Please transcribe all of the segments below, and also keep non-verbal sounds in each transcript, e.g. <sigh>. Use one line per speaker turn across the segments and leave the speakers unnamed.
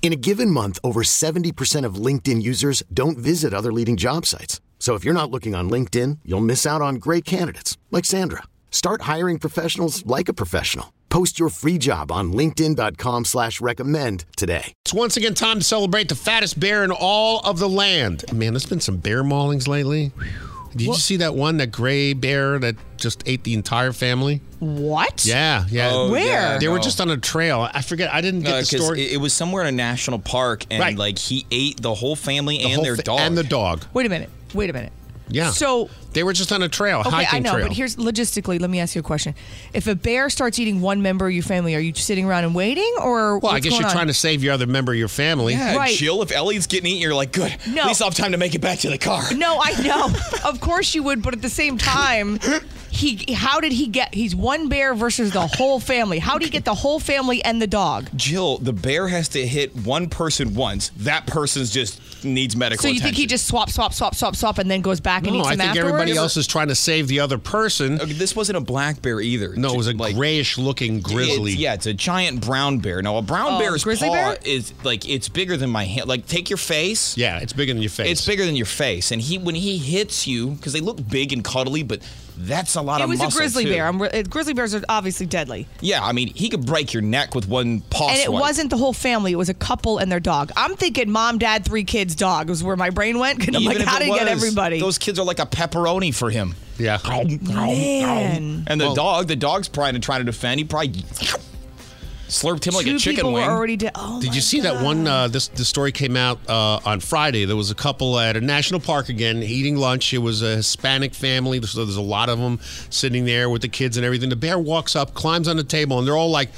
In a given month, over 70% of LinkedIn users don't visit other leading job sites. So if you're not looking on LinkedIn, you'll miss out on great candidates like Sandra. Start hiring professionals like a professional. Post your free job on linkedin.com slash recommend today.
It's once again time to celebrate the fattest bear in all of the land. Man, there's been some bear maulings lately. Did you see that one, that gray bear that just ate the entire family?
What?
Yeah, yeah.
Oh, Where? yeah,
they were
no.
just on a trail. I forget. I didn't get the
because
story.
it, it was somewhere in a national park, and
Right.
like he ate the whole family
The
and
whole
their
fa-
dog.
And the dog.
Wait a minute. Wait a minute.
Yeah.
So
they were just on a trail,
okay,
hiking
I know,
trail.
but here's logistically. Let me ask you a question: If a bear starts eating one member of your family, are you sitting around and waiting, or
well, I
what's
guess
going
you're
on?
trying to save your other member of your family.
Yeah,
Right.
Jill, if Ellie's getting eaten, you're like, good.
No.
At least I'll have time to make it back to the car.
No, I know. <laughs> of course you would, but at the same time, he. How did he get? He's one bear versus the whole family. How did he get the whole family and the dog?
Jill, the bear has to hit one person once. That person's just needs medical
So you
attention.
think he just swap, swap, swap, swap, swap, and then goes back and
No,
eats
I
them
think
afterwards?
everybody else is trying to save the other person.
Okay, this wasn't a black bear either.
No, it was a
Like,
grayish-looking grizzly.
It's, yeah, it's a giant brown bear. Now a brown
Oh,
bear's
grizzly
paw
bear?
is like it's bigger than my hand. Like take your face.
Yeah, it's bigger than your face.
It's bigger than your face, and he when he hits you because they look big and cuddly, but that's a lot
It
of
was a
muscle,
grizzly
too.
bear. I'm re- uh, grizzly bears are obviously deadly.
Yeah, I mean, he could break your neck with one paw.
and it
swipe.
wasn't the whole family. It was a couple and their dog. I'm thinking mom, dad, three kids, dog is where my brain went. 'cause I'm
Even
like,
if
how
it
did he get
was,
everybody?
Those kids are like a pepperoni for him.
Yeah.
Man.
And the dog, the dog's probably trying to defend. He probably slurped him like
Two
a chicken
people
wing.
were already dead. Oh
Did
my
you see
God.
that one? Uh, this the story came out uh, on Friday. There was a couple at a national park again eating lunch. It was a Hispanic family, so there's a lot of them sitting there with the kids and everything. The bear walks up, climbs on the table, and they're all like,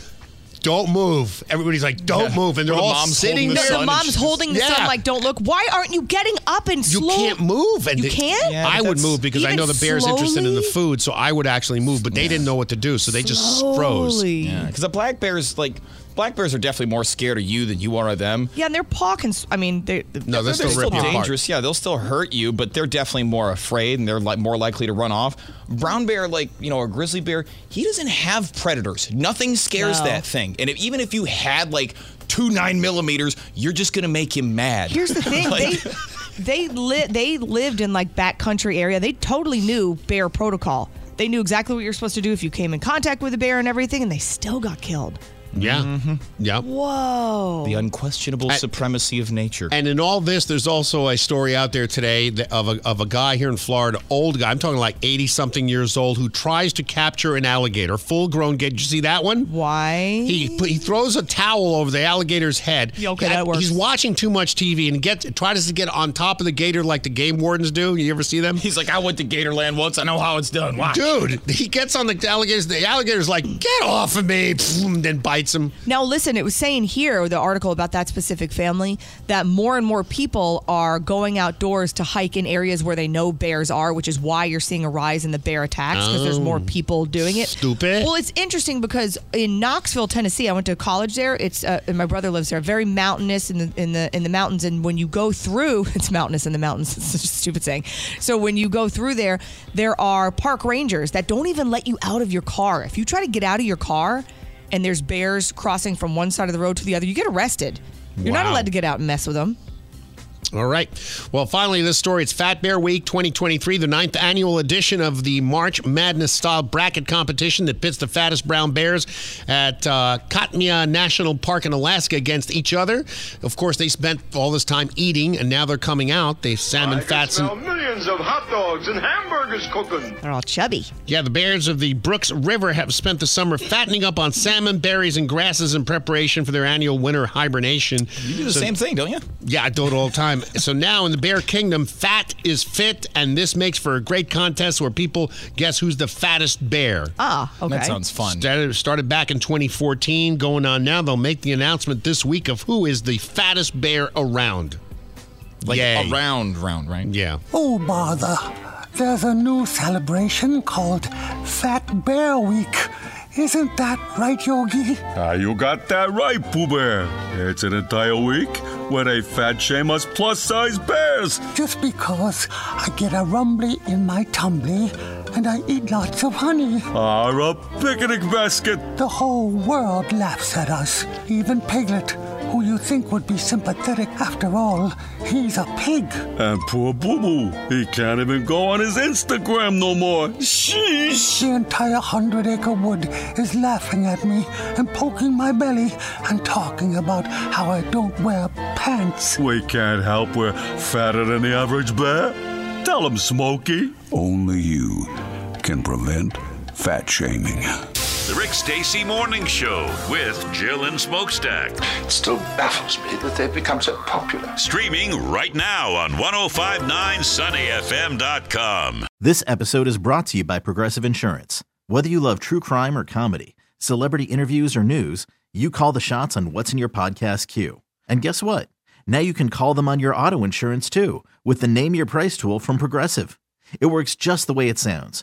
"Don't move!" Everybody's like, "Don't
Yeah.
move!" And they're
Where the
all
mom's
sitting
holding
there.
the
There's
son
a
and
mom's
she's-
holding the son
Yeah.
like, don't look. Why aren't you getting up and
You
slow?
can't move, and
You
they-
can't? Yeah,
I
but
would
that's-
move because I
Even
know the bear's interested in the
slowly?
food, so I would actually move. But they didn't know what to do, so they just froze.
Slowly. Yeah.
Because the black bears, like black bears, are definitely more scared of you than you are of them.
and their paw can. s- I mean, they.
No, they're
They're
still
still
ripping apart.
dangerous. Yeah, they'll still hurt you, but they're definitely more afraid and they're like more likely to run off. Brown bear, like you know, a grizzly bear, he doesn't have predators. Nothing scares
No.
that thing. And if, even if you had like two nine millimeters, you're just gonna make him mad.
Here's the thing.
<laughs> Like-
they they li- they lived in like backcountry area. They totally knew bear protocol. They knew exactly what you're supposed to do if you came in contact with a bear and everything, and they still got killed.
Yeah,
Mm-hmm.
yeah.
Whoa.
the unquestionable supremacy of nature.
And in all this, there's also a story out there today that- of a, of a guy here in Florida, old guy, I'm talking like 80 something years old, who tries to capture an alligator, full grown. Did you see that one?
Why?
He, he throws a towel over the alligator's head.
Yeah, okay, that works.
He's watching too much TV and gets tries to get on top of the gator like the game wardens do. You ever see them?
He's like, I went to Gatorland once. I know how it's done. Watch.
Dude, he gets on the alligator's. The alligator's like, "Get off of me!" Then bites him.
Now, listen, it was saying here, the article about that specific family, that more and more people are going outdoors to hike in areas where they know bears are, which is why you're seeing a rise in the bear attacks because there's
Oh.
more people doing it.
Stupid.
Well, it's interesting because in Knoxville, Tennessee, I went to college there. It's uh, and my brother lives there. Very mountainous in the in the in the mountains, and when you go through, <laughs> it's mountainous in the mountains. <laughs> It's such a stupid saying. So when you go through there, there are park rangers that don't even let you out of your car. If you try to get out of your car, and there's bears crossing from one side of the road to the other, you get arrested. You're not
Wow.
allowed to get out and mess with them.
All right. Well, finally, this story. It's Fat Bear Week 2023, the ninth annual edition of the March Madness style bracket competition that pits the fattest brown bears at uh, Katmia National Park in Alaska against each other. Of course, they spent all this time eating, and now they're coming out. They salmon fats and
millions of hot dogs and hamburgers cooking.
They're all chubby.
Yeah, the bears of the Brooks River have spent the summer fattening up on salmon, berries, and grasses in preparation for their annual winter hibernation.
You do the same thing, don't you?
Yeah, I do it all the time. so now in the bear kingdom, fat is fit, and this makes for a great contest where people guess who's the fattest bear.
Ah, okay.
That sounds fun.
Started, started back in 2014, going on now. They'll make the announcement this week of who is the fattest bear around.
Like
Yay.
a round round, right?
Yeah.
Oh, bother. There's a new celebration called Fat Bear Week. Isn't that right, Yogi?
Ah, you got that right, Pooh Bear. It's an entire week where they fat shame us plus size bears.
Just because I get a rumbly in my tumbly and I eat lots of honey,
Or a picnic basket.
the whole world laughs at us. Even Piglet, who you think would be sympathetic after all, he's a pig.
And poor Boo Boo, he can't even go on his Instagram no more. Sheesh.
The entire hundred acre wood is laughing at me and poking my belly and talking about how I don't wear pants.
We can't help we're fatter than the average bear. Tell him, Smokey.
Only you can prevent fat shaming.
The Rick Stacy Morning Show with Jill and Smokestack.
It still baffles me that they've become so popular.
Streaming right now on 1059sunnyfm.com.
This episode is brought to you by Progressive Insurance. Whether you love true crime or comedy, celebrity interviews or news, you call the shots on what's in your podcast queue. And guess what? Now you can call them on your auto insurance too with the Name Your Price tool from Progressive. It works just the way it sounds.